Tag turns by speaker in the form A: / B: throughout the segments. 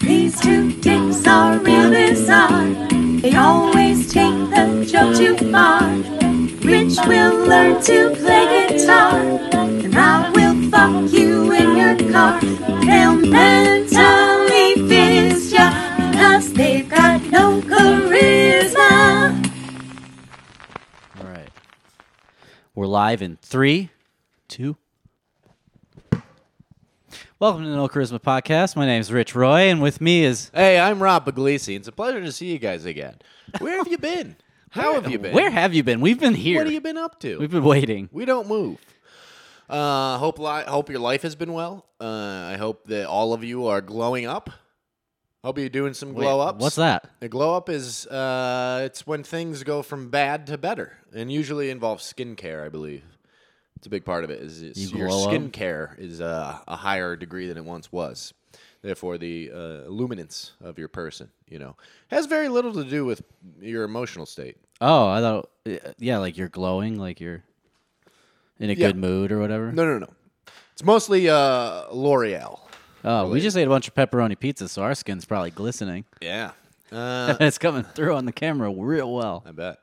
A: These two dicks are real bizarre. They always take the joke too far. Rich will learn to play guitar, and I will fuck you in your car. They'll mentally fist ya because they've got no charisma.
B: All right. We're live in three, two. Welcome to the No Charisma Podcast. My name is Rich Roy, and with me is
C: Hey, I'm Rob Puglisi. It's a pleasure to see you guys again. Where have you been? How have you been?
B: Where have you been? We've been here.
C: What have you been up to?
B: We've been waiting.
C: we don't move. Uh, hope li- hope your life has been well. Uh, I hope that all of you are glowing up. Hope you're doing some glow ups.
B: What's that?
C: A glow up is uh, it's when things go from bad to better, and usually involves skincare. I believe it's a big part of it. Is, is
B: You
C: your
B: glow up?
C: skincare is uh, a higher degree than it once was. Therefore, the uh, luminance of your person, you know, has very little to do with your emotional state.
B: Oh, I thought, uh, yeah, like you're glowing, like you're in a
C: Yeah.
B: good mood or whatever.
C: No, no, no. It's mostly uh, L'Oreal.
B: oh, we just ate a bunch of pepperoni pizza, so our skin's probably glistening.
C: Yeah, uh,
B: it's coming through on the camera real well.
C: I bet.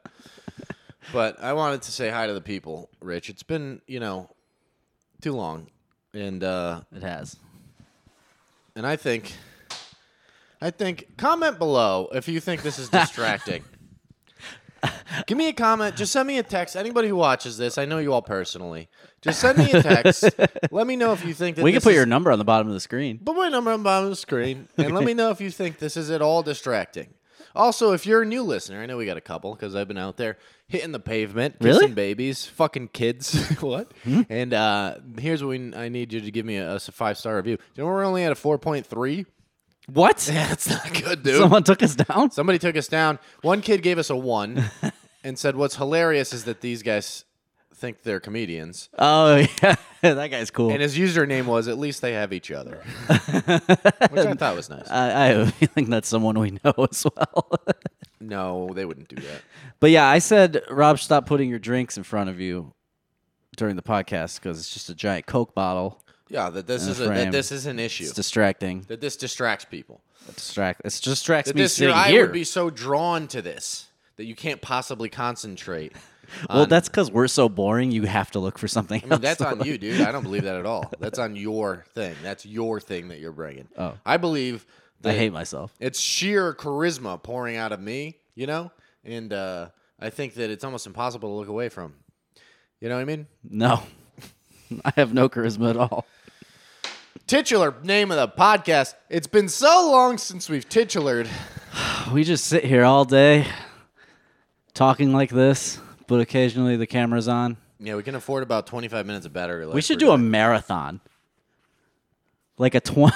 C: but I wanted to say hi to the people, Rich. It's been you know too long, and. Uh,
B: It has.
C: And I think, I think, comment below if you think this is distracting. Give me a comment. Just send me a text. Anybody who watches this, I know you all personally. Just send me a text. let me know if you think that
B: We can
C: this
B: put
C: is-
B: your number on the bottom of the screen.
C: Put my number on the bottom of the screen, and let me know if you think this is at all distracting. Also, if you're a new listener, I know we got a couple because I've been out there hitting the pavement,
B: Really? Hmm?
C: kissing babies, fucking kids, what? And uh, here's what we, I need you to give me a, five star review. You know we're only at a four point three.
B: What?
C: That's not good, dude.
B: Someone took us down?
C: Somebody took us down. One kid gave us a one and said, What's hilarious is that these guys think they're comedians.
B: Oh yeah, that guy's cool.
C: And his username was, At least they have each other. Which I thought was nice.
B: I, I have a feeling that's someone we know as well.
C: No, they wouldn't do that.
B: but yeah, I said, Rob, stop putting your drinks in front of you during the podcast because it's just a giant Coke bottle.
C: Yeah, that this
B: And
C: is
B: a
C: a, that
B: frame.
C: this is an issue.
B: It's distracting.
C: that this distracts people.
B: It distract. It distracts
C: That
B: me
C: this your
B: sitting
C: eye
B: here.
C: would be so drawn to this that you can't possibly concentrate.
B: well, that's because we're so boring. You have to look for something.
C: I
B: else
C: mean, that's
B: to
C: on
B: look-
C: you, dude. I don't believe that at all. That's on your thing. That's your thing that you're bringing.
B: Oh.
C: I believe
B: I
C: that
B: hate myself.
C: it's sheer charisma pouring out of me, you know? And uh, I think that it's almost impossible to look away from. You know what I mean?
B: No, I have no charisma at all.
C: Titular name of the podcast. It's been so long since we've titulared.
B: We just sit here all day talking like this, but occasionally the camera's on.
C: Yeah, we can afford about 25 minutes of battery life.
B: We should
C: per
B: do a
C: day.
B: marathon. Like a 20.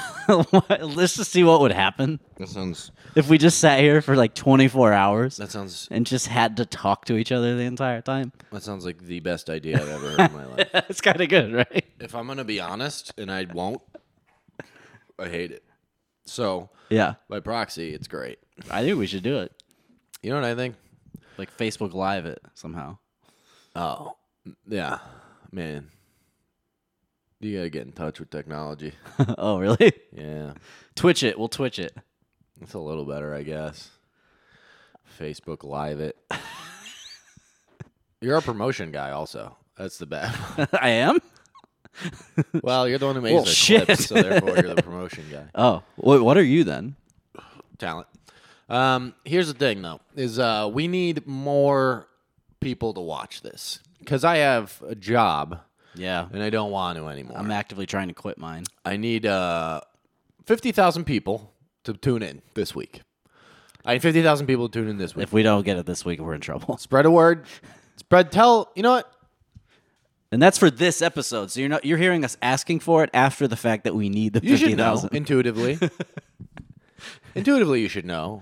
B: Let's just see what would happen
C: That sounds.
B: if we just sat here for like 24 hours
C: That sounds.
B: and just had to talk to each other the entire time.
C: That sounds like the best idea I've ever heard in my life.
B: That's kind of good, right?
C: If I'm gonna be honest, and I won't, I hate it. So
B: Yeah.
C: by proxy, it's great.
B: I think we should do it.
C: You know what I think?
B: Like Facebook Live it somehow.
C: Oh, yeah, man. You gotta get in touch with technology.
B: oh, really?
C: Yeah,
B: Twitch it. We'll Twitch it.
C: it's a little better, I guess. Facebook Live it. You're a promotion guy, also. That's the bad.
B: I am?
C: Well, you're the one who made
B: Well,
C: the
B: shit.
C: clips, so therefore you're the promotion guy.
B: Oh, wh- what are you then?
C: talent. Um, here's the thing, though, is uh, we need more people to watch this because I have a job
B: Yeah.
C: and I don't want to anymore.
B: I'm actively trying to quit mine.
C: I need uh, fifty thousand people to tune in this week. I need fifty thousand people to tune in this week.
B: If we don't get it this week, we're in trouble.
C: Spread a word. Spread. Tell you know what.
B: And that's for this episode. So you're not you're hearing us asking for it after the fact that we need the
C: You
B: fifty
C: should know
B: thousand.
C: intuitively. intuitively, you should know.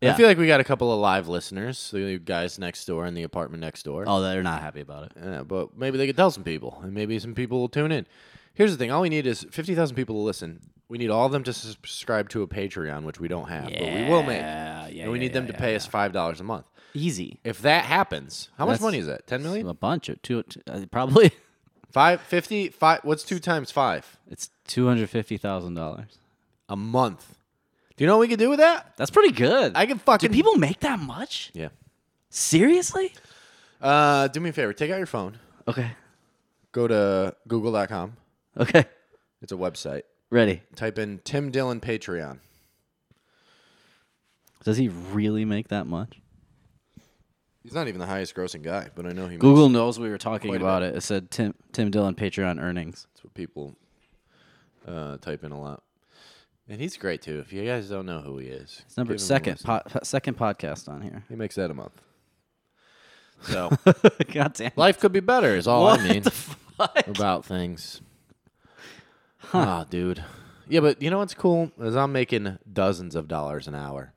B: Yeah.
C: I feel like we got a couple of live listeners, the guys next door in the apartment next door.
B: Oh, they're not happy about it.
C: Yeah, but maybe they could tell some people, and maybe some people will tune in. Here's the thing: all we need is fifty thousand people to listen. We need all of them to subscribe to a Patreon, which we don't have, but we will make.
B: Yeah, yeah,
C: and we
B: yeah,
C: need them
B: yeah,
C: to pay us five dollars a month.
B: Easy.
C: If that happens, how
B: That's-
C: much money is that? Ten million?
B: A bunch of two, t- uh, probably.
C: Five fifty? Five? What's two times five?
B: It's two hundred fifty thousand dollars.
C: A month. Do you know what we could do with that?
B: That's pretty good.
C: I can fucking
B: Do people make that much?
C: Yeah.
B: Seriously?
C: Uh, do me a favor. Take out your phone.
B: Okay.
C: Go to Google.com.
B: Okay.
C: It's a website.
B: Ready.
C: Type in Tim Dillon Patreon.
B: Does he really make that much?
C: He's not even the highest grossing guy, but I know he.
B: Google knows we were talking
C: Quite a
B: about it. It said Tim Tim Dillon Patreon earnings.
C: That's what people uh, type in a lot. And he's great too. If you guys don't know who he is,
B: It's number
C: give him a
B: second
C: listen.
B: po- second podcast on here.
C: He makes that a month. So
B: God damn.
C: life could be better. Is all
B: What
C: I mean
B: the fuck?
C: about things. Ah, dude. Yeah, but you know what's cool is I'm making dozens of dollars an hour.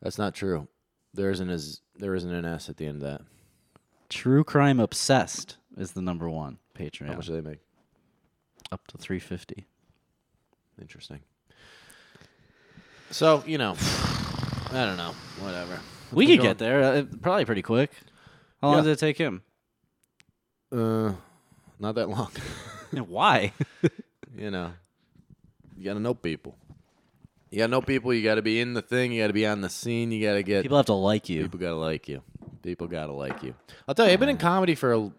C: That's not true. There isn't as there isn't an S at the end of that.
B: True crime obsessed is the number one
C: How much
B: Patreon.
C: do they make?
B: Up to three fifty.
C: Interesting. So you know, I don't know. Whatever.
B: We
C: been
B: could get there. Uh, it- probably pretty quick. How long
C: Yeah.
B: did it take him?
C: Uh, not that long.
B: Yeah, Why?
C: you know, you gotta know people. You gotta know people. You gotta be in the thing. You gotta be on the scene. You gotta get
B: People have to like you.
C: People gotta like you. People gotta like you. I'll tell you, I've been in comedy for a-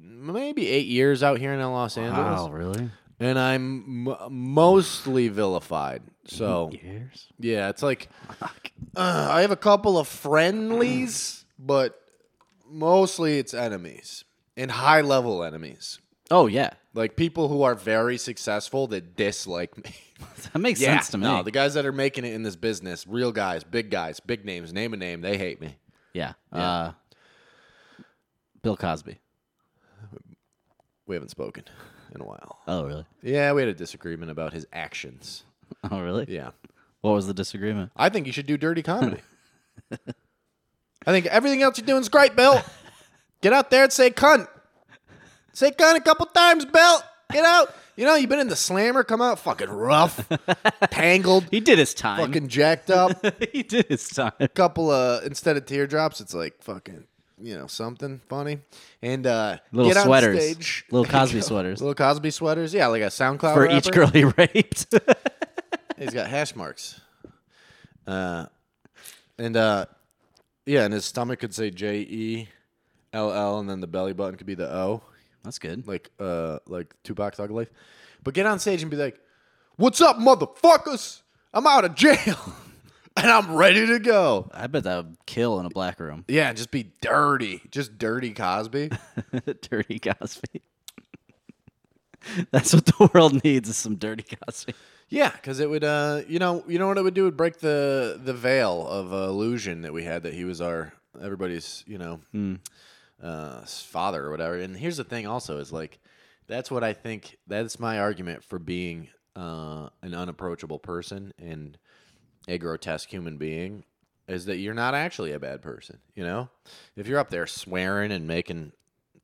C: maybe eight years out here in Los Angeles,
B: Wow, really?
C: and I'm m- mostly vilified. So
B: Years?
C: yeah, it's like uh, I have a couple of friendlies, but mostly it's enemies and high level enemies,
B: Oh yeah,
C: like people who are very successful that dislike me.
B: that makes sense to me.
C: no, the guys that are making it in this business, real guys, big guys, big names, name a name, they hate me.
B: yeah. Uh, Bill Cosby.
C: We haven't spoken in a while.
B: Oh really?
C: Yeah, we had a disagreement about his actions.
B: Oh really?
C: Yeah.
B: What was the disagreement?
C: I think you should do dirty comedy. I think everything else you're doing is great, Bill. Get out there and say cunt. Say cunt a couple times, Bill. Get out. You know, you've been in the slammer, come out fucking rough, tangled,
B: He did his time.
C: fucking jacked up.
B: he did his time.
C: couple of instead of teardrops, it's like fucking you know something funny and uh
B: Little
C: get on
B: sweaters.
C: stage.
B: Little Cosby sweaters.
C: little Cosby sweaters, yeah, like a SoundCloud
B: For each
C: rapper.
B: girl he raped.
C: He's got hash marks, uh, and uh, yeah, and his stomach could say J E L L, and then the belly button could be the O,
B: That's good.
C: like uh, like Tupac Thug Life. But get on stage and be like, "What's up, motherfuckers? I'm out of jail, and I'm ready to go."
B: I bet that would kill in a black room.
C: Yeah, just be dirty. Just dirty Cosby.
B: dirty Cosby. That's what the world needs is some dirty Cosby.
C: yeah, because it would, uh, you know, you know what it would do? It would break the the veil of uh, illusion that we had that he was our everybody's, you know, uh, s- father or whatever. And here's the thing, also, is like that's what I think. That's my argument for being uh, an unapproachable person and a grotesque human being is that you're not actually a bad person. You know, if you're up there swearing and making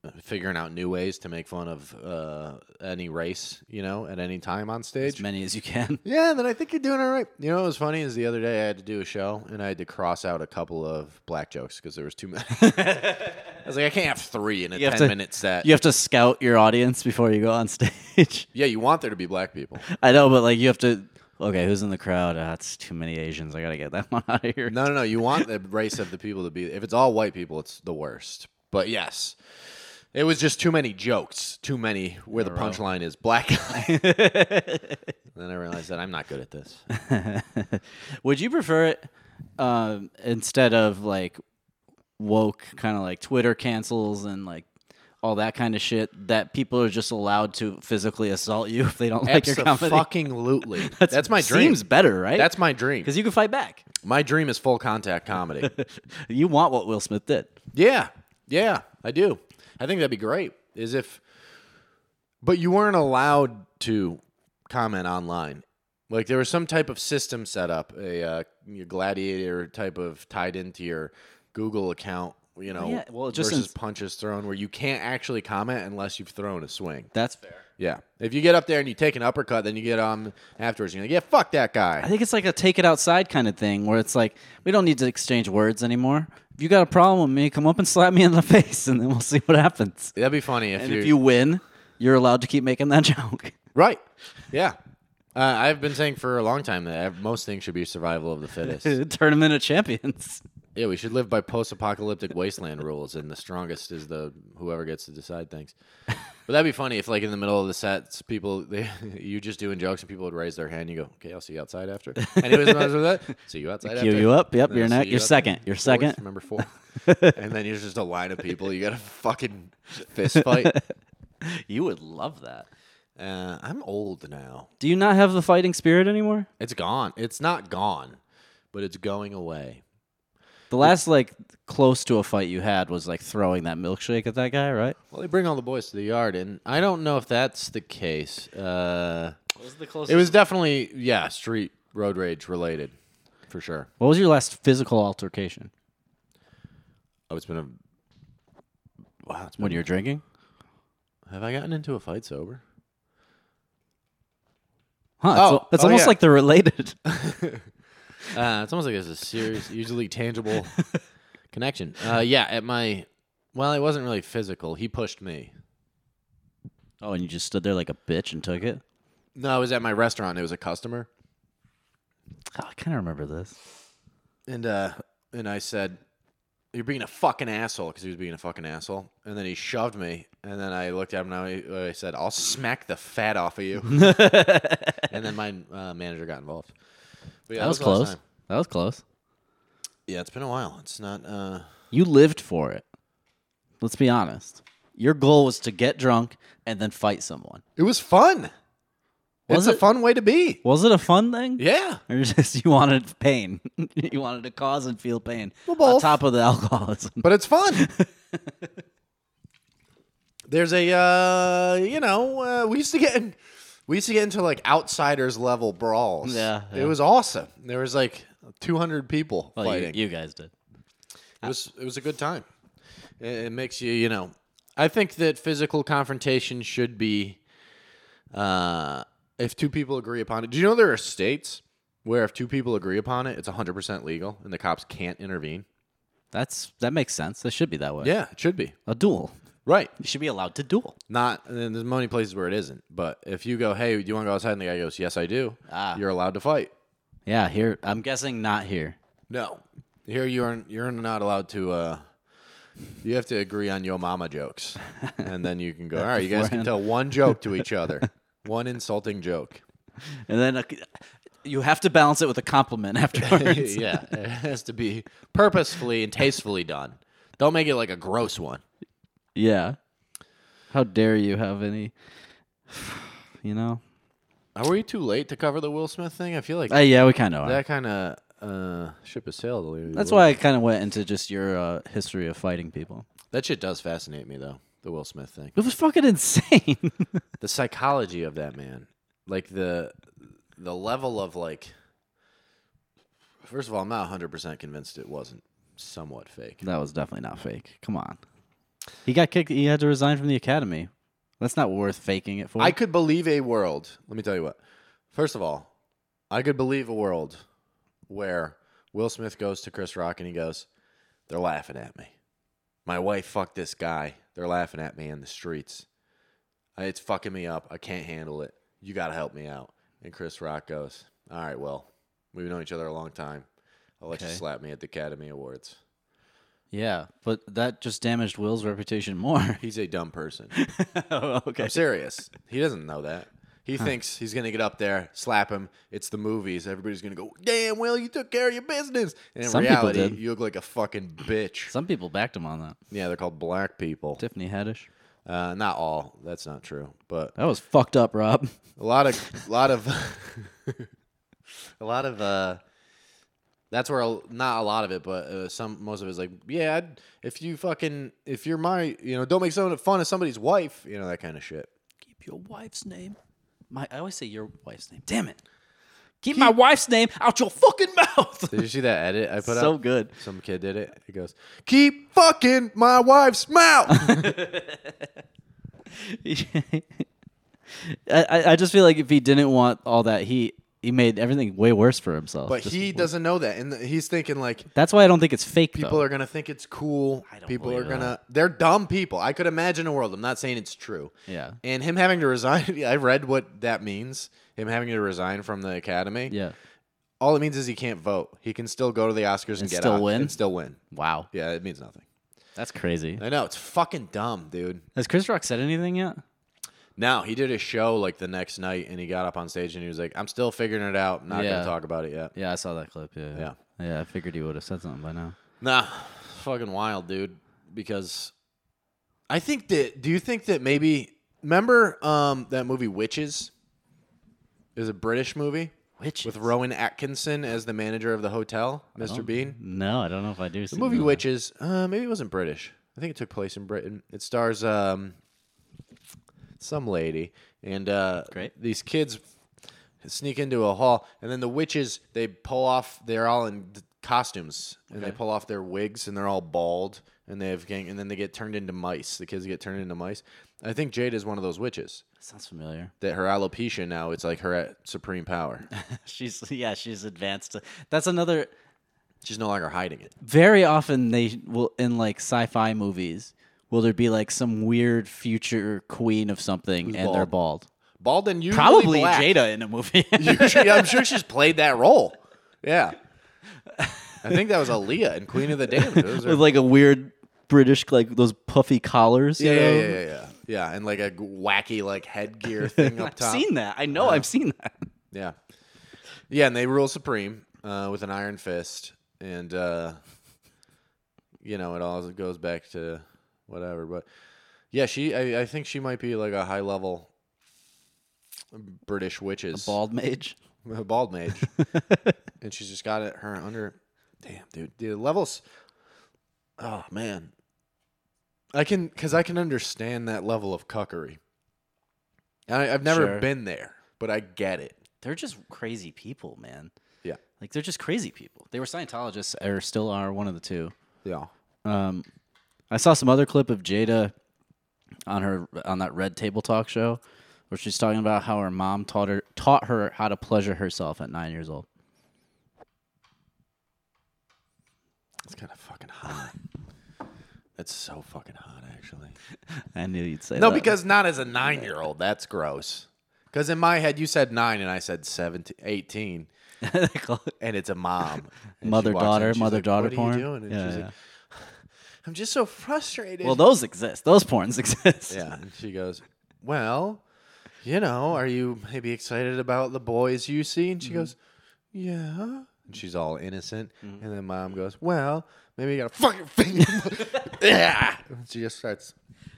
C: uh, figuring out new ways to make fun of uh, any race, you know, at any time on
B: As
C: stage.
B: many as you can.
C: Yeah, then I think you're doing all right. You know what was funny is the other day I had to do a show and I had to cross out a couple of black jokes because there was too many. I was like, I can't have three in a
B: You have
C: ten
B: to-
C: minute set.
B: You have to scout your audience before you go on stage.
C: yeah, you want there to be black people.
B: I know, but like you have to. Okay, who's in the crowd? Ah, it's too many Asians. I gotta get that one out of here.
C: No, no, no. You want the race of the people to be. If it's all white people, it's the worst. But yes, it was just too many jokes. Too many where the punchline is black guy. then I realized that I'm not good at this.
B: Would you prefer it um, instead of like woke kind of like Twitter cancels and like all that kind of shit that people are just allowed to physically assault you if they don't like your comedy?
C: fucking lootly.
B: That's-
C: That's, my dream.
B: Seems better, right?
C: That's my dream.
B: because you can fight back.
C: My dream is full contact comedy.
B: You want what Will Smith did.
C: Yeah, yeah, I do. I think that'd be great. Is if, but you weren't allowed to comment online. Like there was some type of system set up, a uh, your gladiator type of tied into your Google account. You know,
B: yeah, well, it just
C: versus
B: ins-
C: punches thrown, where you can't actually comment unless you've thrown a swing.
B: That's fair.
C: Yeah, if you get up there and you take an uppercut, then you get on afterwards. You're like, yeah, fuck that
B: I
C: guy.
B: think it's like a take it outside kind of thing where it's like we don't need to exchange words anymore. If you got a problem with me, come up and slap me in the face, and then we'll see what happens.
C: That'd be funny if
B: And
C: you,
B: if you win, you're allowed to keep making that joke.
C: right, yeah. Uh, I've been saying for a long time that ev- most things should be survival of the fittest.
B: Tournament of Champions.
C: yeah, we should live by post-apocalyptic wasteland rules, and the strongest is the whoever gets to decide things. But that'd be funny if, like, in the middle of the sets, people they, you just doing jokes and people would raise their hand. You go, "Okay, I'll see you outside after." Anyways, might as well do that. See you outside.
B: Cue
C: after.
B: you up. Yep,
C: And then
B: you're
C: I'll see
B: next.
C: you
B: You're
C: outside.
B: second. You're
C: Fourth,
B: second.
C: Remember four. and then you're just a line of people. You got a fucking fist fight.
B: You would love that.
C: Uh, I'm old now.
B: Do you not have the fighting spirit anymore?
C: It's gone. It's not gone, but it's going away.
B: The last like close to a fight you had was like throwing that milkshake at that guy, right?
C: Well, they bring all the boys to the yard, and I don't know if that's the case. Uh,
B: What was the closest?
C: it was definitely, yeah, street road rage related, for sure.
B: What was your last physical altercation
C: Oh, it's been a wow. It's been,
B: when you were drinking?
C: have I gotten into a fight sober?
B: Huh?
C: Oh,
B: it's, it's
C: oh,
B: almost
C: yeah.
B: like they're related.
C: Uh, it's almost like it's a serious, usually tangible connection. Uh, yeah, at my well, it wasn't really physical. He pushed me.
B: oh, and you just stood there like a bitch and took it.
C: No, it was at my restaurant. It was a customer.
B: Oh, I kind of remember this.
C: and uh and I said, "You're being a fucking asshole," because he was being a fucking asshole. And then he shoved me, and then I looked at him and I, I said, "I'll smack the fat off of you." and then my uh, manager got involved. But yeah,
B: that was
C: the last
B: close.
C: time.
B: That was close.
C: Yeah, it's been a while. It's not. uh
B: You lived for it. Let's be honest. Your goal was to get drunk and then fight someone.
C: It was fun.
B: Was
C: it's a
B: it?
C: fun way to be.
B: Was it a fun thing?
C: Yeah.
B: Or you just you wanted pain. you wanted to cause and feel pain.
C: Well,
B: On
C: both.
B: top of the alcoholism.
C: but it's fun. There's a uh, you know uh, we used to get in, we used to get into like outsiders level brawls.
B: Yeah, yeah.
C: it was awesome. There was like 200 people
B: Well, you,
C: fighting.
B: you guys did.
C: it was it was a good time. It, it makes you you know. I think that physical confrontation should be uh, if two people agree upon it. Do you know there are states where if two people agree upon it, it's 100% legal and the cops can't intervene?
B: That's that makes sense. That should be that way.
C: Yeah, it should be.
B: A duel.
C: Right.
B: You should be allowed to duel.
C: Not and then there's many places where it isn't. But if you go, hey, do you want to go outside? And the guy goes, yes, I do.
B: Ah.
C: You're allowed to fight.
B: Yeah, here I'm guessing not here.
C: No, here you are. You're not allowed to. Uh, you have to agree on your mama jokes, and then you can go. All right, you guys can
B: beforehand.
C: tell one joke to each other, one insulting joke.
B: And then a, you have to balance it with a compliment afterwards.
C: yeah, it has to be purposefully and tastefully done. Don't make it like a gross one.
B: yeah. How dare you have any you know?
C: Are we too late to cover the Will Smith thing? I feel like
B: Uh, yeah, we kind of are.
C: that kind of uh, ship has sailed. a little
B: That's
C: bit.
B: why I kind of went into just your uh, history of fighting people.
C: that shit does fascinate me though. The Will Smith thing.
B: It was fucking insane.
C: the psychology of that man like the the level of like first of all i'm not 100% convinced it wasn't somewhat fake
B: that was definitely not fake. Come on. He got kicked. He had to resign from the academy. That's not worth faking it for.
C: i could believe a world let me tell you what first of all i could believe a world where will smith goes to chris rock and he goes they're laughing at me my wife fucked this guy they're laughing at me in the streets Uh, it's fucking me up i can't handle it you gotta help me out and chris rock goes all right well we've known each other a long time i'll let
B: Okay.
C: you slap me at the academy awards
B: yeah, but that just damaged Will's reputation more. Oh,
C: he's a dumb person
B: okay.
C: i'm serious he doesn't know that he thinks he's gonna get up there, slap him. It's the movies. Everybody's gonna go, "Damn, Will, you took care of your business." And in
B: Some people
C: reality,
B: did.
C: you look like a fucking bitch.
B: Some people backed him on that.
C: yeah, they're called black people.
B: Tiffany Haddish.
C: Uh, not all. That's not true. But
B: That was fucked up, Rob.
C: a lot of a lot of a lot of uh that's where a, not a lot of it but uh, some most of it's like yeah I'd, if you fucking if you're my you know don't make someone fun of somebody's wife you know that kind of shit
B: Keep your wife's name. My, I always say your wife's name. Damn it. Keep, my wife's name out your fucking mouth.
C: did you see that edit i put
B: so
C: up
B: good.
C: some kid did it he goes keep fucking my wife's mouth
B: I, I I just feel like if he didn't want all that heat, he made everything way worse for himself.
C: But
B: Just-
C: he doesn't know that, and he's thinking like
B: That's why I don't think it's fake.
C: people
B: though.
C: are gonna think it's cool.
B: I don't
C: People are
B: believe that.
C: gonna they're dumb people. I could imagine a world. I'm not saying it's true.
B: Yeah.
C: And him having to resign. I read what that means. Him having to resign from the academy.
B: Yeah.
C: All it means is he can't vote. He can still go to the Oscars and,
B: And
C: get
B: still
C: out
B: win?
C: And still win.
B: Wow.
C: Yeah, it means nothing.
B: That's crazy.
C: I know it's fucking dumb, dude.
B: Has Chris Rock said anything yet?
C: Now he did a show like the next night, and he got up on stage and he was like, "I'm still figuring it out. Not
B: Yeah.
C: gonna talk about it yet."
B: Yeah, I saw that clip. Yeah.
C: Yeah.
B: Yeah, I figured he would have said something by now.
C: Nah, fucking wild, dude. Because I think that. Do you think that maybe remember um, that movie Witches? It was a British movie
B: Witches? Oh.
C: with Rowan Atkinson as the manager of the hotel, Mr. Bean.
B: No, I don't know if I do.
C: The movie Witches, uh, maybe it wasn't British. I think it took place in Britain. It stars um, some lady and uh,
B: Great.
C: these kids sneak into a hall, and then the witches they pull off. They're all in d- costumes, and they pull off their wigs, and they're all bald, and they have gang, and then they get turned into mice. The kids get turned into mice. I think Jade is one of those witches.
B: sounds familiar.
C: That her alopecia now it's like her at supreme power.
B: She's yeah, she's advanced. That's another
C: She's no longer hiding it.
B: very often they will in like sci-fi movies will there be like some weird future queen of something and they're bald.
C: Bald and usually
B: Probably
C: black.
B: Jada in a movie.
C: Usually, I'm sure she's played that role. Yeah. I think that was Aaliyah in Queen of the Damned. Those are-
B: With like a weird British like those puffy collars.
C: yeah,
B: you
C: yeah,
B: know?
C: yeah, yeah, yeah. Yeah, and like a g- wacky like headgear thing up
B: I've
C: top.
B: seen that. I know I've seen that.
C: Yeah. Yeah, and they rule supreme uh, with an iron fist, and uh, you know it all goes back to whatever. But yeah, she. I, I think she might be like a high level British witches.
B: Bald mage.
C: a bald mage, and she's just got it her under. Damn, dude, the levels. Oh man, I can because I can understand that level of cuckery. I, I've never
B: Sure.
C: been there, but I get it.
B: They're just crazy people, man.
C: Yeah,
B: Like they're just crazy people. They were Scientologists or still are one of the two.
C: yeah.
B: Um, I saw some other clip of Jada on her on that Red Table Talk show, where she's talking about how her mom taught her taught her how to pleasure herself at nine years old.
C: It's kind of fucking hot. That's so fucking hot, actually.
B: I knew you'd say
C: No,
B: that.
C: because not as a nine-year-old. That's gross. Because in my head, you said nine, and I said 17, 18.
B: They call it-
C: and it's a mom. And she
B: Mother,
C: walks in,
B: daughter,
C: she's
B: mother,
C: like,
B: daughter
C: What are
B: porn?"
C: you doing? And
B: Yeah,
C: she's like, I'm just so frustrated.
B: well, those exist. Those porns exist.
C: yeah. And she goes, Well, you know, are you maybe excited about the boys you see? And she
B: Mm-hmm.
C: goes, Yeah. And she's all innocent.
B: Mm-hmm.
C: And then mom goes, Well, maybe you got a fucking finger. yeah. And she just starts.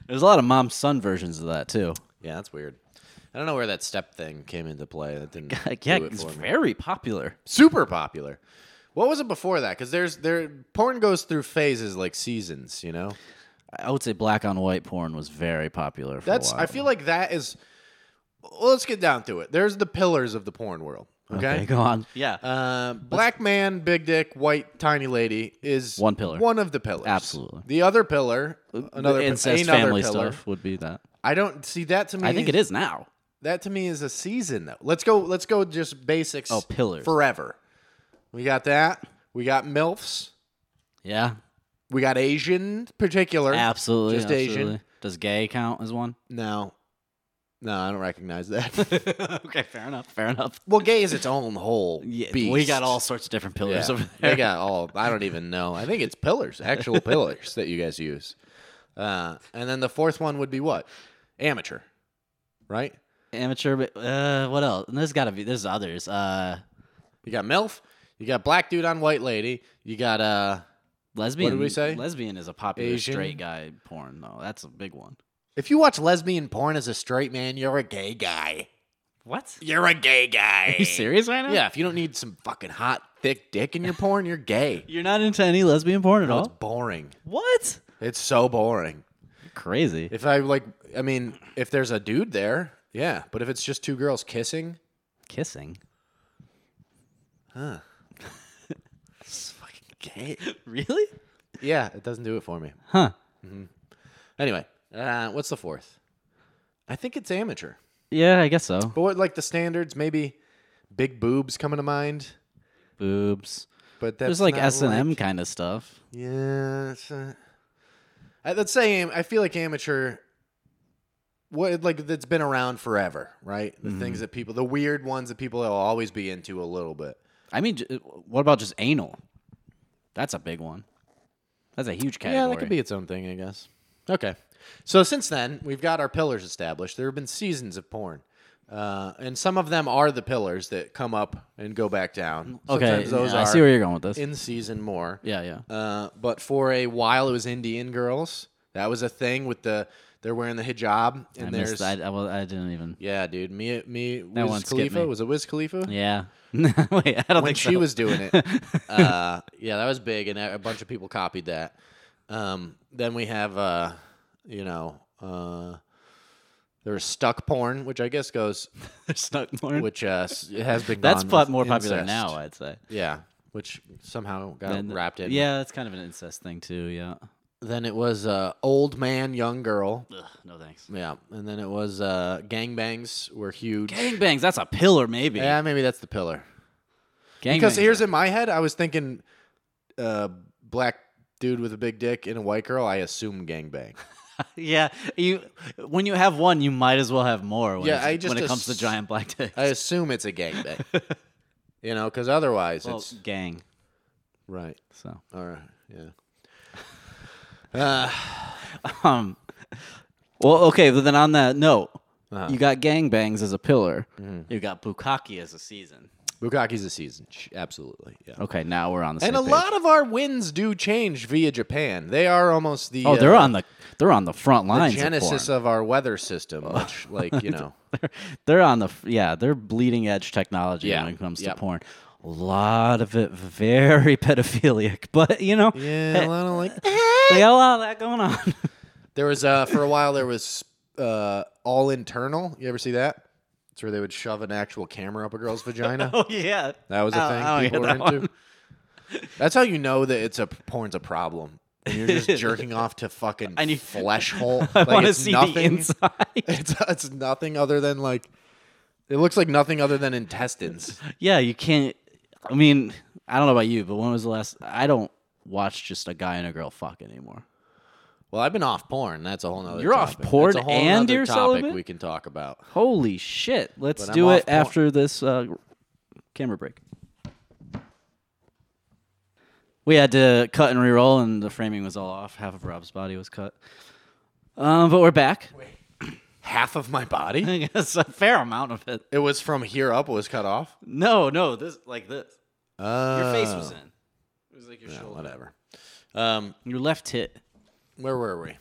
B: There's a lot of mom son versions of that too.
C: Yeah, that's weird. I don't know where that step thing came into play. That didn't.
B: Like, yeah,
C: do it
B: it's
C: for me.
B: very popular.
C: super popular. What was it before that? Because there's there porn goes through phases like seasons, you know.
B: I would say black on white porn was very popular. For
C: That's
B: a while.
C: I feel like that is. Well, let's get down to it. There's the pillars of the porn world. Okay.
B: go on. Yeah,
C: Uh, black man, big dick, white tiny lady is
B: One pillar.
C: One of the pillars.
B: Absolutely.
C: The other pillar, another
B: the
C: pi-
B: incest
C: another
B: family
C: pillar.
B: stuff would be that.
C: I don't see that to me.
B: I think it is now.
C: That to me is a season though. Let's go. Let's go. Just basics.
B: Oh, pillars.
C: Forever. We got that. We got milfs.
B: Yeah,
C: We got Asian particular.
B: Absolutely.
C: Just
B: absolutely.
C: Asian.
B: Does gay count as one?
C: No. No, I don't recognize that.
B: okay, fair enough. Fair enough.
C: well, gay is its own whole
B: Yeah,
C: beast.
B: we got all sorts of different
C: Yeah,
B: pillars over
C: They
B: there.
C: got all. I don't even know. I think it's pillars, actual pillars that you guys use. Uh, and then the fourth one would be what? Amateur, right?
B: Amateur, but uh, what else? And there's got to be. There's others. Uh,
C: You got milf. You got black dude on white lady. You got uh.
B: lesbian.
C: we say?
B: Lesbian is a popular
C: Asian?
B: straight guy porn, though. That's a big one.
C: If you watch lesbian porn as a straight man, you're a gay guy.
B: What?
C: You're a gay guy.
B: Are you serious right now?
C: Yeah, if you don't need some fucking hot thick dick in your porn, you're gay.
B: You're not into any lesbian porn at
C: No, it's
B: all?
C: boring.
B: What?
C: It's so boring.
B: Crazy.
C: If I like, I mean, if there's a dude there, yeah. But if it's just two girls kissing,
B: Kissing.
C: huh?
B: It's fucking gay. really?
C: Yeah, it doesn't do it for me.
B: Huh.
C: Anyway, uh, what's the fourth? I think it's amateur.
B: Yeah, I guess so.
C: But what, like the standards, maybe Big boobs coming to mind,
B: boobs.
C: but that's
B: There's like
C: not
B: S and M
C: like-
B: kind of stuff.
C: Yeah, it's, uh, I, let's say am- I feel like amateur. What like that's been around forever, right? The things that people, the weird ones that people will always be into a little bit.
B: I mean, j- what about just anal? That's a big one. That's a huge category.
C: Yeah, that could be its own thing, I guess. Okay. So since then, we've got our pillars established. There have been seasons of porn. Uh, and some of them are the pillars that come up and go back down.
B: Okay,
C: Sometimes those
B: yeah, I
C: are
B: see where you're going with this.
C: in season more.
B: yeah, yeah.
C: Uh, but for a while, it was Indian girls. That was a thing with the they're wearing the hijab and
B: I
C: there's
B: missed. I, I, well, I didn't even.
C: yeah, dude. Me, me,
B: That one
C: Wiz
B: skipped
C: Khalifa
B: me.
C: was it Wiz Khalifa?
B: Yeah. Wait, I don't
C: when
B: think
C: she
B: so.
C: was doing it. uh, yeah, that was big, and a a bunch of people copied that. Um, then we have, uh, you know, uh, there's stuck porn, which I guess goes,
B: snuck porn.
C: which uh, s- it has been
B: That's
C: gone
B: po-
C: with
B: more popular
C: incest.
B: now, I'd say.
C: Yeah, which somehow got
B: Than-
C: wrapped in.
B: Yeah, that's kind of an incest thing too. Yeah.
C: Then it was uh, old man, young girl.
B: Ugh, no thanks.
C: Yeah, and then it was uh, gangbangs were huge.
B: Gangbangs. That's a pillar, maybe.
C: yeah, maybe that's the pillar.
B: Gang
C: Because
B: bangs.
C: here's in my head, I was thinking, uh, black dude with a big dick and a white girl. I assume gangbang.
B: yeah, you when you have one, you might as well have more. When
C: Yeah,
B: it's-
C: I just
B: when it comes to
C: ass-
B: giant black dicks.
C: I assume it's a gangbang. you know, because otherwise
B: well,
C: it's
B: gang.
C: right.
B: So,
C: All right. Yeah. Uh,
B: um, well, okay, but then on that note,
C: Uh-huh. Mm-hmm.
B: you got gang bangs as a pillar. You got bukkake as a season.
C: Bukaki's a season. Sh- Absolutely. Yeah.
B: Okay, now we're on the
C: And
B: same
C: a
B: page.
C: lot of our wins do change via Japan. They are almost the
B: Oh, they're
C: uh,
B: on the they're on the front
C: the
B: lines.
C: genesis
B: of Oh.
C: of our weather system, which, like you know,
B: porn. they're on the f- yeah, they're bleeding edge technology
C: Yeah,
B: when it comes
C: yep.
B: to porn. A lot of it very pedophilic, but you know,
C: yeah, a lot of like
B: they got a lot of that going on.
C: There was uh for a while there was uh all internal. You ever see that? It's where they would shove an actual camera up a girl's vagina.
B: oh yeah,
C: That was a
B: Oh,
C: thing
B: oh, yeah,
C: people
B: that
C: were into. That's how you know that it's a porn's a problem. When you're just jerking off to fucking
B: I need-
C: flesh hole.
B: I want to
C: it's
B: see the
C: nothing.
B: inside.
C: It's it's nothing other than like it looks like nothing other than intestines.
B: yeah, you can't. I mean, I don't know about you, but when was the last? I don't watch just a guy and a girl fuck anymore.
C: Well, I've been off porn. That's a whole nother.
B: You're off
C: topic.
B: porn
C: That's a whole
B: and
C: nother
B: you're
C: topic
B: celibate?
C: we can talk about.
B: Holy shit! Let's
C: But I'm
B: do
C: off
B: it
C: porn.
B: after this uh, camera break. We had to cut and re-roll, and the framing was all off. Half of Rob's body was cut, um, but we're back.
C: Half of my body.
B: it's a fair amount of it.
C: It was from here up was cut off.
B: No, no, this like this.
C: Uh,
B: Your face was in. It was like your shoulder.
C: whatever. Um,
B: Your left hit.
C: where were we?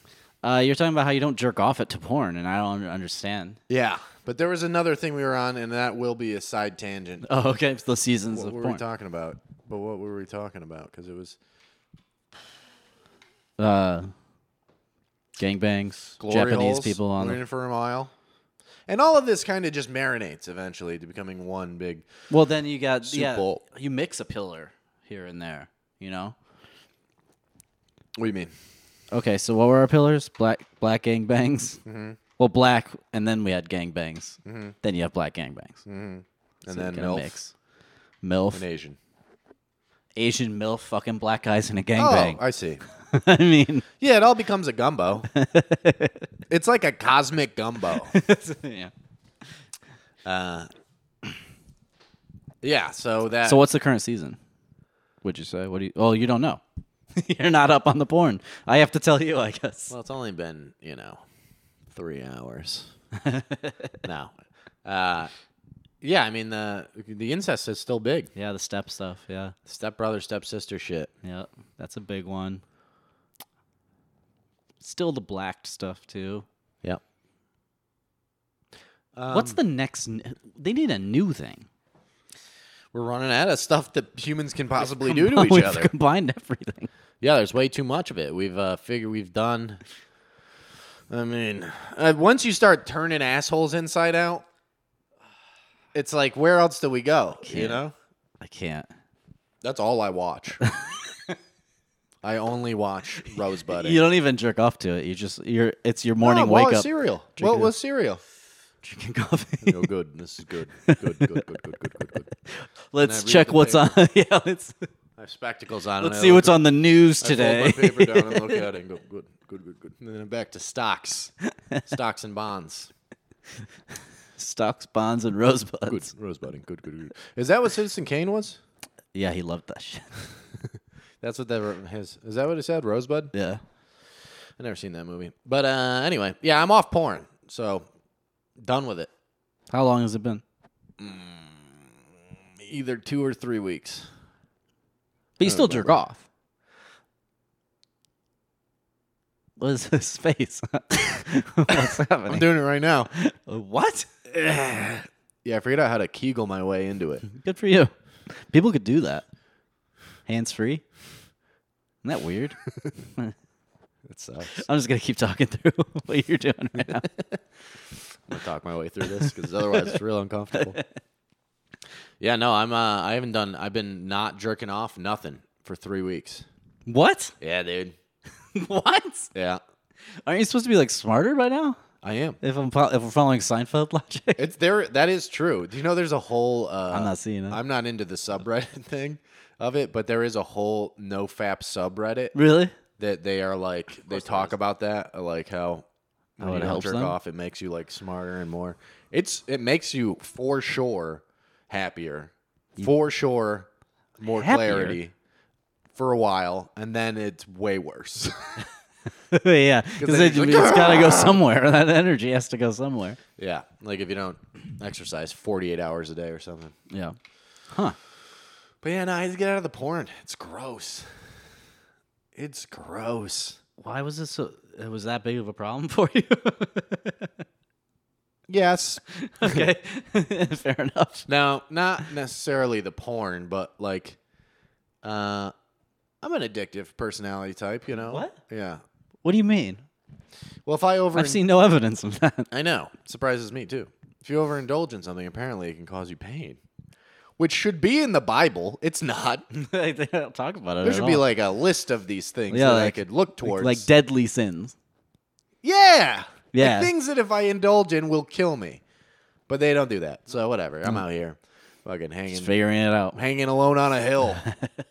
B: Uh, you're talking about how you don't jerk off it to porn, and I don't un- understand.
C: Yeah, but there was another thing we were on, and that will be a side tangent.
B: Oh, okay. It's the seasons
C: what
B: of
C: were
B: porn.
C: we talking about? But what were we talking about? Because it was
B: uh, gangbangs,
C: glory
B: Japanese
C: holes,
B: people on
C: running
B: the.
C: for a mile, and all of this kind of just marinates eventually to becoming one big.
B: Well, then you got yeah.
C: bowl.
B: You mix a pillar here and there. You know.
C: What do you mean?
B: Okay, so what were our pillars? Black black gangbangs.
C: Mm-hmm.
B: Well, black, and then we had gangbangs. Then you have black gangbangs, mm-hmm.
C: And then milf
B: Milf,
C: and Asian.
B: Asian milf, fucking black guys in a
C: Oh,
B: gangbang.
C: I see.
B: I mean,
C: Yeah, it all becomes a gumbo. it's like a cosmic gumbo.
B: yeah.
C: Yeah. So that.
B: So what's the current season? Would you say? What do you? Oh, you don't know. You're not up on the porn. I have to tell you, I guess.
C: Well, it's only been you know three hours. no, uh, yeah, I mean the the incest is still big.
B: yeah, the step stuff. Yeah,
C: Stepbrother, stepsister shit.
B: yeah, that's a big one. Still the blacked stuff too.
C: Yep. Um,
B: What's the next? N- they need a new thing.
C: We're running out of stuff that humans can possibly do to
B: We've
C: each other.
B: combined everything.
C: Yeah, there's way too much of it. We've uh, figured we've done. I mean, uh, once you start turning assholes inside out, it's like where else do we go? You
B: Can't.
C: know,
B: I can't.
C: that's all I watch. I only watch Rosebud.
B: You don't even jerk off to it. You just you're. It's your morning
C: No,
B: wake
C: Ah, well,
B: up.
C: cereal.
B: Drink
C: Well,
B: it
C: it was cereal.
B: drinking coffee.
C: You know, good. This is good. Good, good, good, good, good, good, good.
B: let's
C: read
B: check
C: the
B: what's on. yeah, let's
C: I have spectacles on. and
B: let's
C: I
B: see
C: look
B: what's
C: at-
B: on the news
C: I fold my
B: today.
C: paper down and look at it and go, good, good, good, good. And then I'm back to stocks, stocks and bonds.
B: Stocks, bonds, and rosebuds.
C: Good, rosebudding. Good, good, good. Is that what Citizen Kane was?
B: Yeah, he loved that shit.
C: That's what that wrote- his. Is that what it said? Rosebud.
B: Yeah.
C: I never seen that movie. But uh, anyway, yeah, I'm off porn, so done with it.
B: How long has it been?
C: Either two or three weeks.
B: But you still jerk off. What is his face? What's
C: I'm
B: happening?
C: doing it right now.
B: Uh, what?
C: Yeah, I figured out how to Kegel my way into it.
B: Good for you. People could do that. Hands free. Isn't that weird?
C: That sucks.
B: I'm just gonna keep talking through what you're doing right now.
C: I'm gonna talk my way through this because otherwise it's real uncomfortable. Yeah, no, I'm. Uh, I haven't done. I've been not jerking off nothing for three weeks.
B: What?
C: Yeah, dude.
B: What?
C: Yeah,
B: Aren't you supposed to be like smarter by now?
C: I am.
B: If I'm fo- if we're following Seinfeld logic,
C: It's there. That is true. Do you know there's a whole? Uh,
B: I'm not seeing it.
C: I'm not into the subreddit thing of it, but there is a whole no fap subreddit
B: really?
C: that they are like they talk about that uh, like how when
B: Oh, it
C: you don't
B: helps
C: jerk
B: them?
C: off it makes you like smarter and more. It's it makes you for sure happier, for sure more
B: Happier?
C: clarity for a while, and then it's way worse.
B: yeah, because
C: then
B: it,
C: you're like,
B: has got to go somewhere. That energy has to go somewhere.
C: yeah, like if you don't exercise 48 hours a day or something.
B: Yeah. Huh.
C: But yeah, no, I just get out of the porn. It's gross. It's gross.
B: Why was this? So, it was that big of a problem for you?
C: Yes.
B: okay. Fair enough.
C: Now, not necessarily the porn, but like, uh, I'm an addictive personality type, you know?
B: What?
C: Yeah.
B: What do you mean?
C: Well, if I over.
B: I've seen no evidence of that.
C: I know. Surprises me too. If you overindulge in something, apparently it can cause you pain, which should be in the Bible. It's not.
B: they don't talk about it.
C: There
B: at
C: should be
B: all.
C: like a list of these things
B: Yeah,
C: that I
B: like-
C: could look
B: Like-
C: towards.
B: like deadly sins.
C: Yeah.
B: Yeah.
C: Like things that if I indulge in will kill me. But they don't do that. So whatever. I'm out here fucking hanging
B: Mm. Just figuring it out.
C: hanging alone on a hill.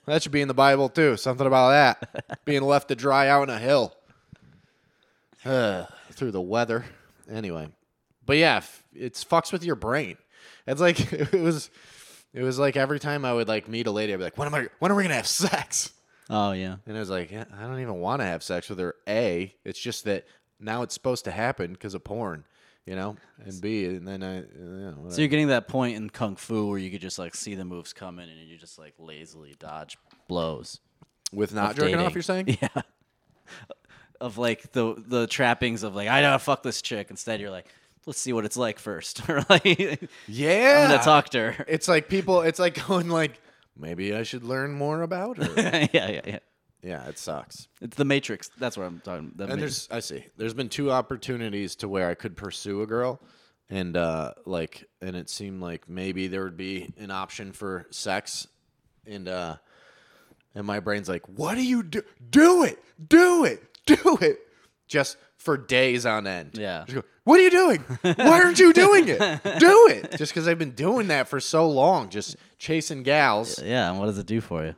C: that should be in the Bible too. Something about that. Being left to dry out on a hill. Ugh, through the weather. Anyway. But yeah, f- it's fucks with your brain. It's like it was it was like every time I would like meet a lady, I'd be like, When am I when are we gonna have sex?
B: Oh yeah.
C: And I was like, yeah, I don't even want to have sex with her. A, it's just that now it's supposed to happen because of porn, you know. And B, and then I, you know,
B: So you're getting that point in kung fu where you could just like see the moves coming and you just like lazily dodge blows.
C: with not
B: of
C: jerking
B: dating.
C: off, you're saying?
B: Yeah. Of like the the trappings of like I gotta fuck this chick. Instead, you're like, let's see what it's like first. Or like,
C: Yeah,
B: I'm gonna talk to her.
C: It's like people. It's like going like, maybe I should learn more about her.
B: yeah, yeah, yeah.
C: yeah, it sucks.
B: It's the Matrix. That's what I'm talking. About.
C: And there's, I see. There's been two opportunities to where I could pursue a girl, and uh, like, and it seemed like maybe there would be an option for sex, and uh, and my brain's like, "What do you do? Do it, do it, do it!" Just for days on end.
B: Yeah.
C: Just go, what are you doing? Why aren't you doing it? Do it. Just because I've been doing that for so long, just chasing gals.
B: yeah. And what does it do for you?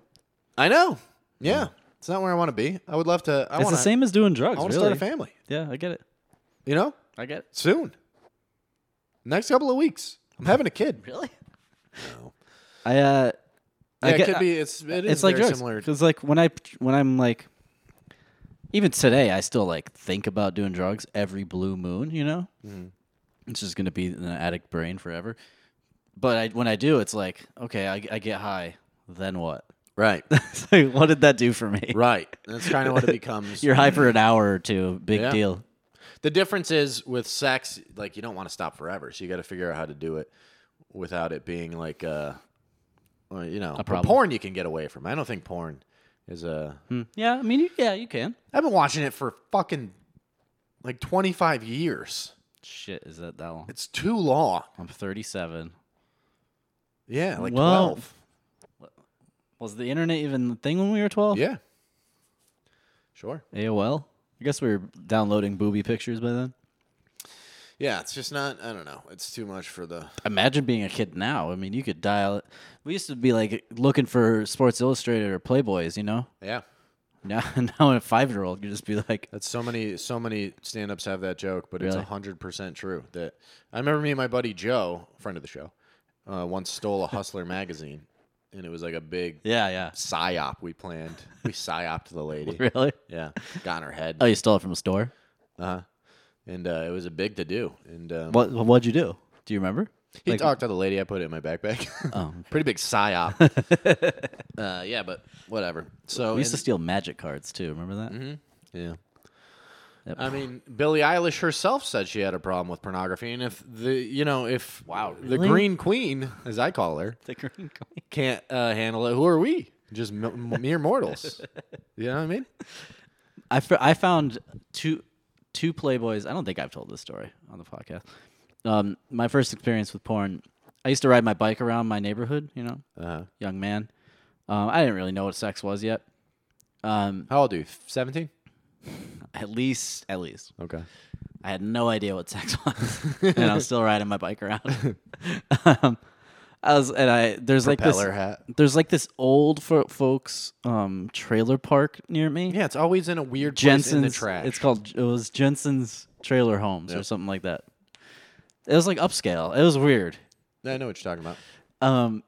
C: I know. Yeah. It's not where I want to be. I would love to. I
B: It's
C: want
B: the same as doing drugs.
C: I want to
B: really.
C: start a family.
B: Yeah, I get it.
C: You know.
B: I get it.
C: soon. Next couple of weeks. I'm having a kid.
B: Really? I uh,
C: Yeah,
B: I
C: it
B: get,
C: could be. It's it is
B: it's like
C: very
B: drugs
C: similar.
B: because like when I when I'm like even today I still like think about doing drugs every blue moon you know
C: Mm-hmm.
B: it's just gonna be in an addict brain forever but I, when I do it's like okay I, I get high then what
C: Right,
B: It's like, what did that do for me
C: right. That's kind of what it becomes.
B: you're high for an hour or two big
C: Yeah.
B: deal
C: the difference is with sex, like you don't want to stop forever, so you got to figure out how to do it without it being like uh, well, you know,
B: problem. Hmm.
C: porn you can get away from. I don't think porn is a.
B: yeah I mean you, yeah you can
C: have been watching it for fucking like 25 years.
B: shit is that that long
C: It's too long.
B: I'm 37
C: Yeah, like
B: Well,
C: 12.
B: was the internet even a thing when we were 12
C: Yeah. Sure.
B: AOL I guess we were downloading booby pictures by then
C: Yeah, it's just not. I don't know. It's too much for the.
B: Imagine being a kid now. I mean, you could dial it. We used to be like looking for Sports Illustrated or Playboys, you know?
C: Yeah,
B: Now, now a five year old could just be like,
C: that's so many. So many stand-ups have that joke, but it's
B: Really?
C: it's hundred percent true. That I remember me and my buddy Joe, friend of the show, uh, once stole a Hustler magazine, and it was like a big
B: yeah, yeah.
C: psyop we planned. We psyoped the lady.
B: Really?
C: Yeah, got in her head.
B: Oh, you stole it from a store?
C: Uh-huh. And uh, it was a big to do. And um,
B: What, what'd you do? Do you remember?
C: he
B: like-
C: talked to the lady. I put it in my backpack.
B: Oh.
C: Pretty big psyop. uh, yeah, but whatever. So
B: We used to
C: and-
B: steal magic cards too. Remember that?
C: yeah.
B: Yep.
C: I mean, Billie Eilish herself said she had a problem with pornography, and if the you know if wow the
B: really?
C: Green Queen, as I call her,
B: The green coin.
C: can't uh, handle it, who are we? Just m- m- mere mortals. You know what I mean?
B: I, f- I found two two Playboys. I don't think I've told this story on the podcast. Um, my first experience with porn. I used to ride my bike around my neighborhood. You know,
C: Uh-huh.
B: young man. Um, I didn't really know what sex was yet. Um,
C: How old are you? Seventeen.
B: at least, at least,
C: Okay.
B: I had no idea what sex was, and I was still riding my bike around. um, I was, and I there's
C: Propeller
B: like this
C: hat.
B: there's like this old fo- folks um, trailer park near me.
C: Yeah, it's always in a weird place
B: Jensen's.
C: in the trash.
B: It's called. It was Jensen's Trailer Homes or something like that. It was like upscale. It was weird.
C: I know what you're talking about.
B: Um,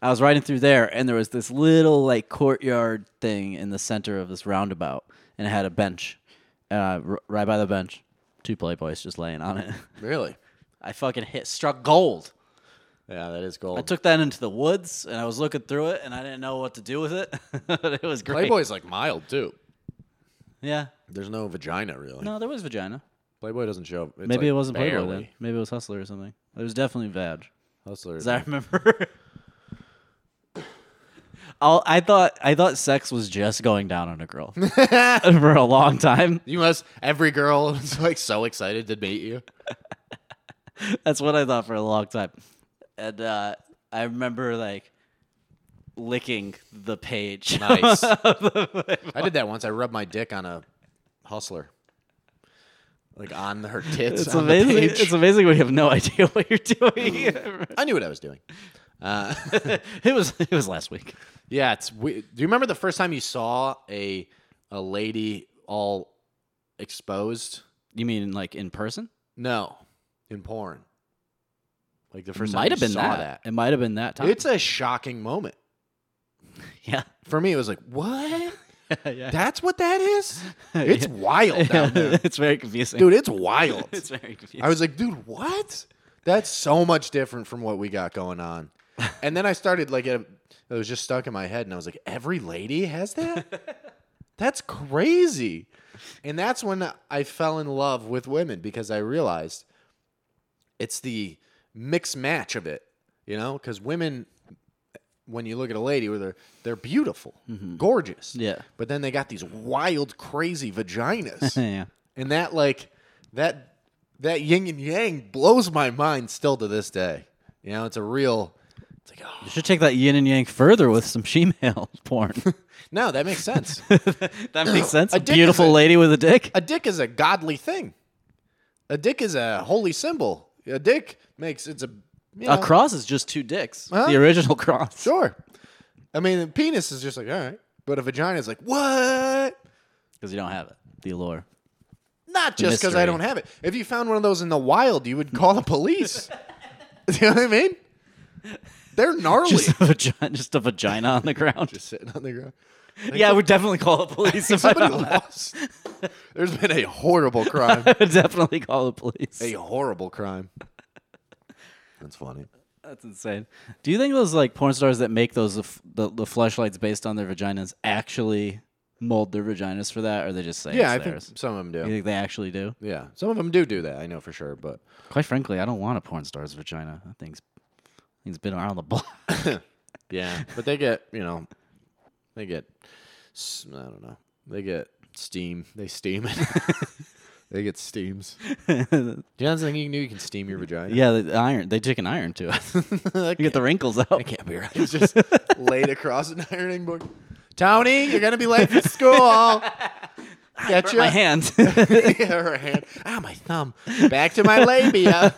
B: I was riding through there, and there was this little like courtyard thing in the center of this roundabout, and it had a bench, uh, r- right by the bench, two playboys just laying on it.
C: Really?
B: I fucking hit, struck gold.
C: Yeah, that is
B: I
C: gold.
B: took that into the woods, and I was looking through it, and I didn't know what to do with it. but it was great.
C: Playboy's like mild too.
B: Yeah.
C: There's no vagina really.
B: No, there was vagina.
C: Playboy doesn't show. It's
B: Maybe
C: like
B: it wasn't Playboy
C: barely.
B: then. Maybe it was Hustler or something. It was definitely Vag.
C: Hustler.
B: As I remember. I'll, I thought I thought sex was just going down on a girl for a long time.
C: You must. Every girl is like so excited to meet you.
B: That's what I thought for a long time, and uh, I remember like licking the page.
C: Nice. I did that once. I rubbed my dick on a hustler, like on her tits.
B: It's
C: on
B: amazing.
C: The page.
B: It's amazing when you have no idea what you're doing.
C: I knew what I was doing. Uh,
B: it was it was last week.
C: yeah, it's. We- Do you remember the first time you saw a a lady all exposed?
B: You mean like in person?
C: No, in porn. Like the first time
B: might
C: you
B: have been
C: saw
B: that. It might have been that time.
C: It's a shocking moment.
B: yeah.
C: For me, it was like, what?
B: yeah.
C: That's what that is? It's wild down there.
B: it's very confusing.
C: Dude, it's wild.
B: It's very confusing.
C: I was like, dude, what? That's so much different from what we got going on. And then I started like, it it was just stuck in my head, and I was like, every lady has that? That's crazy. And that's when I fell in love with women because I realized it's the mixed match of it, you know? Because women, when you look at a lady, where they're they're beautiful, gorgeous,
B: Yeah.
C: but then they got these wild, crazy vaginas.
B: yeah.
C: And that like that that yin and yang blows my mind still to this day. You know, it's a real it's like oh
B: You should take that yin and yang further with some shemale porn.
C: no, that makes sense.
B: that makes sense.
C: A
B: A,
C: dick is
B: beautiful
C: a-
B: lady with a dick.
C: a dick is a godly thing. A dick is a holy symbol. A dick makes it's a you know,
B: A cross is just two dicks.
C: Huh?
B: The original cross.
C: Sure. I mean, a penis is just like all right, but a vagina is like what?
B: Because you don't have it. The allure.
C: Not just because I
B: mystery.
C: don't have it. If you found one of those in the wild, you would call the police. you know what I mean? They're gnarly.
B: Just a, vagina, just a vagina on the ground.
C: Just sitting on the ground.
B: yeah, I would definitely call the police if I
C: Somebody
B: found that.
C: lost. There's been a horrible crime.
B: I would definitely call the police.
C: a horrible crime. That's funny.
B: That's insane. Do you think those like porn stars that make those the, f- the, the fleshlights based on their vaginas actually mold their vaginas for that, or they just say
C: Yeah, I
B: it's
C: think
B: theirs?
C: some of them
B: You
C: do.
B: think they actually do?
C: Yeah, some of them do do that. I know for sure, but
B: Quite frankly, I don't want a porn star's vagina. That thing's thing's been around the block.
C: yeah, but they get you know, they get s- I don't know, they get steam. They steam it. they get steams. Do you not think you knew you can steam your vagina?
B: yeah, the, the iron. They take an iron to it. you get the wrinkles out.
C: That can't be right. It's just laid across an ironing board. Tony, you're gonna be late for school. Get
B: My hand.
C: her hand. Ah, my thumb. Back to my labia.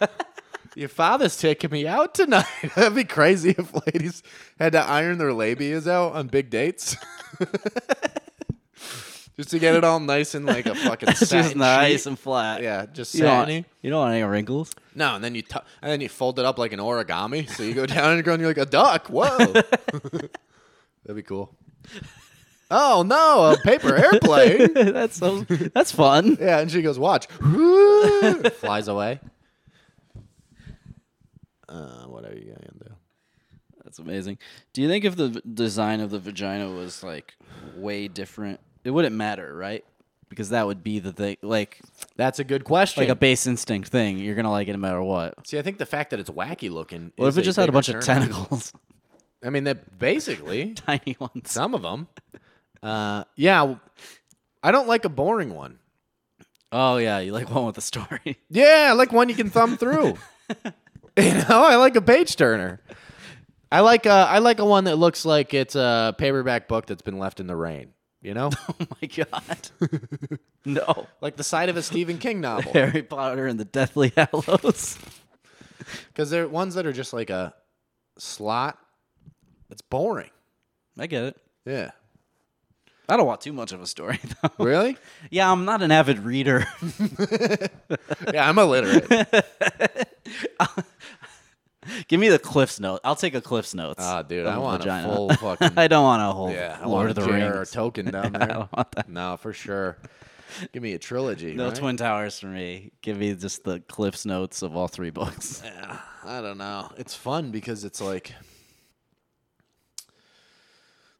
C: Your father's taking me out tonight. That'd be crazy if ladies had to iron their labias out on big dates. just to get it all nice and like a fucking
B: It's
C: satin
B: just nice
C: sheet.
B: and flat.
C: Yeah, just
B: You don't, want,
C: satiny.
B: you don't want any wrinkles.
C: No, and then you tu- and then you fold it up like an origami. So you go down and you're going, you're like a duck. Whoa, that'd be cool. Oh no, a paper airplane.
B: that's so. That's fun.
C: Yeah, and she goes, "Watch," flies away. Uh, what are you gonna do?
B: That's amazing. Do you think if the v- design of the vagina was like way different, it wouldn't matter, right? Because that would be the thing, like
C: That's a good question.
B: like a base instinct thing. You're gonna like it no matter what.
C: See, I think the fact that it's wacky looking.
B: What if
C: is
B: it just had a
C: bigger
B: bunch
C: turn-on.
B: of tentacles,
C: I mean, that basically
B: tiny ones?
C: some of them. Uh, yeah, w- I don't like a boring one.
B: Oh yeah, you like one with a story.
C: Yeah, I like one you can thumb through. you know, I like a page turner. I like a, I like a one that looks like it's a paperback book that's been left in the rain. You know,
B: oh my god. no,
C: like the side of a Stephen King novel.
B: Harry Potter and the Deathly Hallows.
C: Because they're ones that are just like a slot. It's boring.
B: I get it.
C: Yeah.
B: I don't want too much of a story though.
C: Really?
B: Yeah, I'm not an avid reader.
C: yeah, I'm illiterate.
B: Give me the Cliff's note. I'll take a Cliff's notes.
C: Ah, dude,
B: of
C: I want
B: vagina.
C: a full fucking.
B: I don't want a whole
C: yeah, I
B: Lord
C: want
B: of the
C: a chair or a
B: Rings.
C: token down
B: I
C: there.
B: don't want that.
C: no, for sure. Give me a trilogy.
B: No
C: right?
B: Twin Towers for me. Give me just the Cliff's notes of all three books.
C: I don't know. It's fun because it's like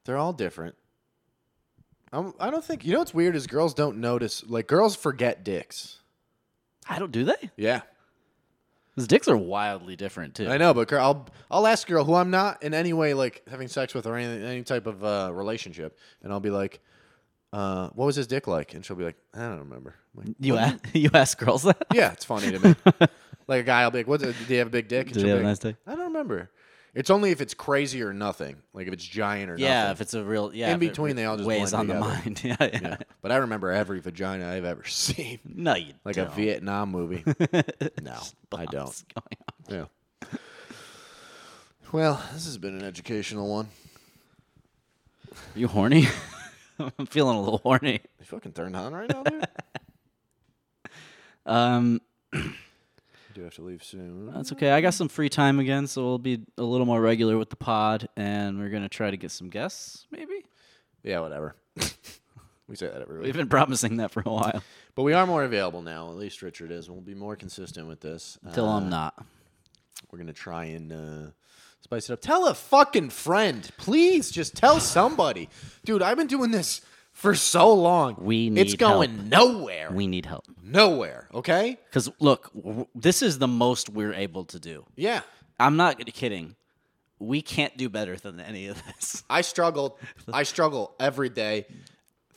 C: they're all different. I'm, I don't think you know what's weird is girls don't notice like girls forget dicks.
B: I don't do they?
C: Yeah,
B: His dicks are wildly different too.
C: I know, but girl, I'll I'll ask a girl who I'm not in any way like having sex with or any any type of uh, relationship, and I'll be like, uh, "What was his dick like?" And she'll be like, "I don't remember." I'm like,
B: You ask, you ask girls that?
C: yeah, it's funny to me. like a guy, I'll be like, "What? uh, Do you have a big dick?" And
B: Did
C: she'll
B: he have
C: be
B: a
C: like,
B: nice dick?
C: I don't remember. It's only if it's crazy or nothing. Like if it's giant or
B: Yeah,
C: nothing.
B: if it's a real yeah. if
C: In
B: it
C: between, they all just
B: weighs on
C: blend
B: the
C: together.
B: mind. yeah, yeah.
C: Yeah. But I remember every vagina I've ever seen.
B: No, you
C: Like
B: don't.
C: a Vietnam movie. no, I don't.
B: What's going on?
C: Yeah. Well, this has been an educational one.
B: You horny? I'm feeling a little horny.
C: You fucking turned on right now, dude.
B: Um,
C: I do have to leave soon.
B: that's okay. I got some free time again, so we'll be a little more regular with the pod, and we're gonna try to get some guests. Maybe
C: Yeah, whatever. we say that every
B: we've
C: week.
B: been promising that for a while.
C: But we are more available now. At least Richard is. and We'll be more consistent with this.
B: Till
C: Uh,
B: I'm not.
C: We're going to try and uh, spice it up. Tell a fucking friend. Please just tell somebody. Dude, I've been doing this for so long.
B: We
C: It's
B: need
C: going
B: help.
C: nowhere.
B: We need help
C: nowhere, okay?
B: because look, w- this is the most we're able to do.
C: Yeah.
B: I'm not kidding. We can't do better than any of this.
C: I struggle. I struggle every day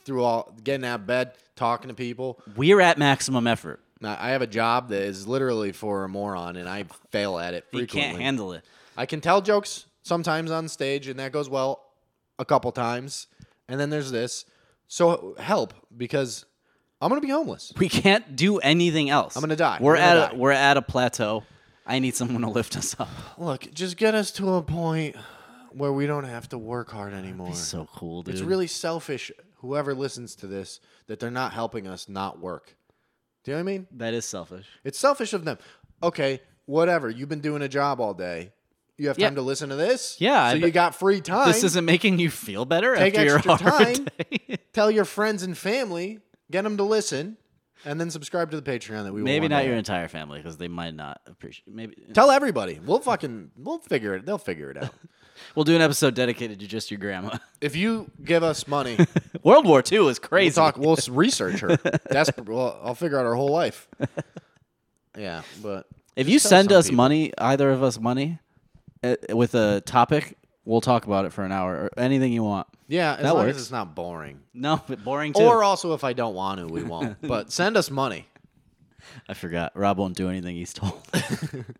C: through all getting out of bed, talking to people.
B: We're at maximum effort.
C: Now, I have a job that is literally for a moron, and I fail at it
B: We
C: frequently.
B: can't handle it.
C: I can tell jokes sometimes on stage, and that goes well a couple times. And then there's this. So help, because I'm gonna be homeless.
B: We can't do anything else. I'm
C: gonna die.
B: We're
C: I'm gonna
B: at
C: die.
B: A, we're at a plateau. I need someone to lift us up.
C: Look, just get us to a point where we don't have to work hard anymore.
B: So cool, dude.
C: It's really selfish. Whoever listens to this, that they're not helping us not work. Do you know what I mean?
B: that is selfish.
C: It's selfish of them. Okay, whatever. You've been doing a job all day. You have
B: Yeah.
C: time to listen to this.
B: Yeah, I
C: So you
B: bet-
C: got free time.
B: This isn't making you feel better
C: Take
B: after your
C: extra
B: hard
C: time.
B: day.
C: Tell your friends and family. Get them to listen, and then subscribe to the Patreon that we. will
B: Maybe
C: one
B: not
C: day
B: your
C: have.
B: entire family because they might not appreciate. Maybe
C: Tell everybody. We'll fucking. We'll figure it. They'll figure it out.
B: we'll do an episode dedicated to just your grandma.
C: if you give us money,
B: World War II is crazy.
C: we'll talk. We'll s- research her. That's. Well, I'll figure out her whole life. Yeah, but
B: If you
C: tell
B: send
C: some
B: us
C: people.
B: money, either of us money, uh, with a topic, we'll talk about it for an hour or anything you want.
C: yeah, as
B: That
C: long
B: works.
C: as it's not boring.
B: No, but boring too.
C: Or also, if I don't want to, we won't. But send us money.
B: I forgot. Rob won't do anything he's told.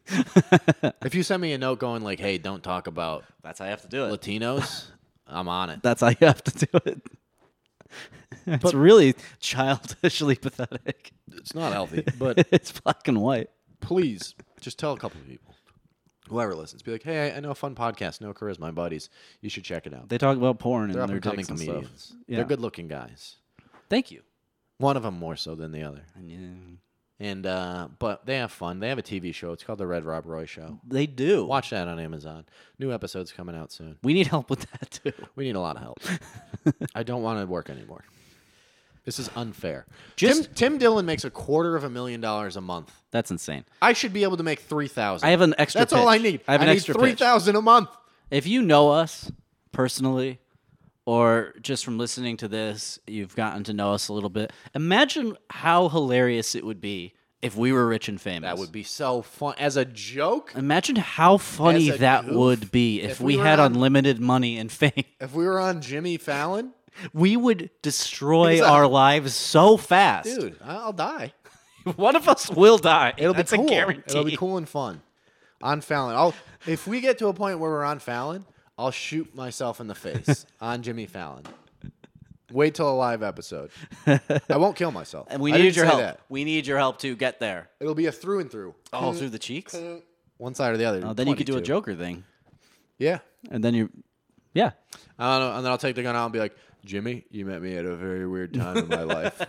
C: If you send me a note going like, "Hey, don't talk about
B: That's how you have to do it.
C: Latinos," I'm on it.
B: That's how you have to do it. it's really childishly pathetic.
C: It's not healthy, but
B: it's black and white.
C: please just tell a couple of people, whoever listens, be like, hey, I know a fun podcast, No Charisma, my buddies. You should check it out.
B: They talk about porn
C: They're
B: and
C: up
B: their
C: and coming
B: dicks and stuff.
C: comedians.
B: Yeah.
C: They're good looking guys.
B: Thank you.
C: One of them more so than the other.
B: And, yeah,
C: And uh, but they have fun. They have a TV show. It's called the Red Rob Roy Show.
B: They do.
C: Watch that on Amazon. New episodes coming out soon.
B: We need help with that too.
C: We need a lot of help. I don't want to work anymore. This is unfair. Tim,
B: Just-
C: Tim Dillon makes a quarter of a million dollars a month.
B: That's insane.
C: I should be able to make three thousand.
B: I have an extra
C: That's all I
B: pitch.
C: need.
B: I have an
C: need
B: extra pitch.
C: three thousand a month.
B: If you know us personally, or just from listening to this, you've gotten to know us a little bit. Imagine how hilarious it would be if we were rich and famous.
C: That would be so fun as a joke.
B: Imagine how funny
C: As a
B: that
C: goof,
B: would be if,
C: if we
B: we,
C: were
B: had
C: on-
B: unlimited money and fame.
C: If we were on Jimmy Fallon,
B: We would destroy
C: He's a-
B: our lives so fast.
C: dude, I- I'll die.
B: One of us will die.
C: It'll
B: That's
C: be cool.
B: a guarantee.
C: It'll be cool and fun. On Fallon, I'll if we get to a point where we're on Fallon, I'll shoot myself in the face on Jimmy Fallon. Wait till a live episode. I won't kill myself.
B: And we
C: I
B: need
C: didn't
B: your
C: say
B: help.
C: that.
B: We need your help to get there.
C: It'll be a through and through.
B: All through the cheeks.
C: One side or the other.
B: Oh, then you could do a
C: 22.
B: Joker thing,
C: Yeah.
B: and then you, yeah,
C: I don't know. And then I'll take the gun out and be like, Jimmy, you met me at a very weird time in my life.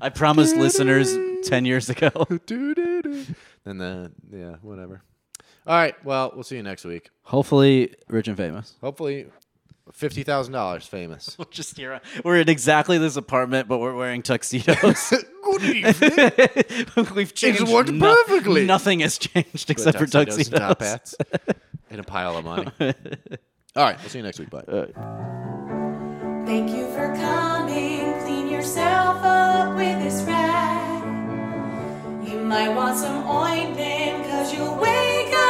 B: I promised listeners ten years ago.
C: Doo-doo-doo. and then, yeah, whatever. All right. Well, we'll see you next week.
B: Hopefully, rich and famous.
C: Hopefully, $50,000 famous.
B: Just here, we're in exactly this apartment, but we're wearing tuxedos.
C: Good evening.
B: We've changed.
C: worked perfectly.
B: Nothing has changed
C: But
B: except for tuxedos.
C: tuxedos and top hats and a pile of money. All right. We'll see you next week. Bye.
A: Thank you for coming. Clean yourself up with this rag. You might want some ointment, cause you'll wake up.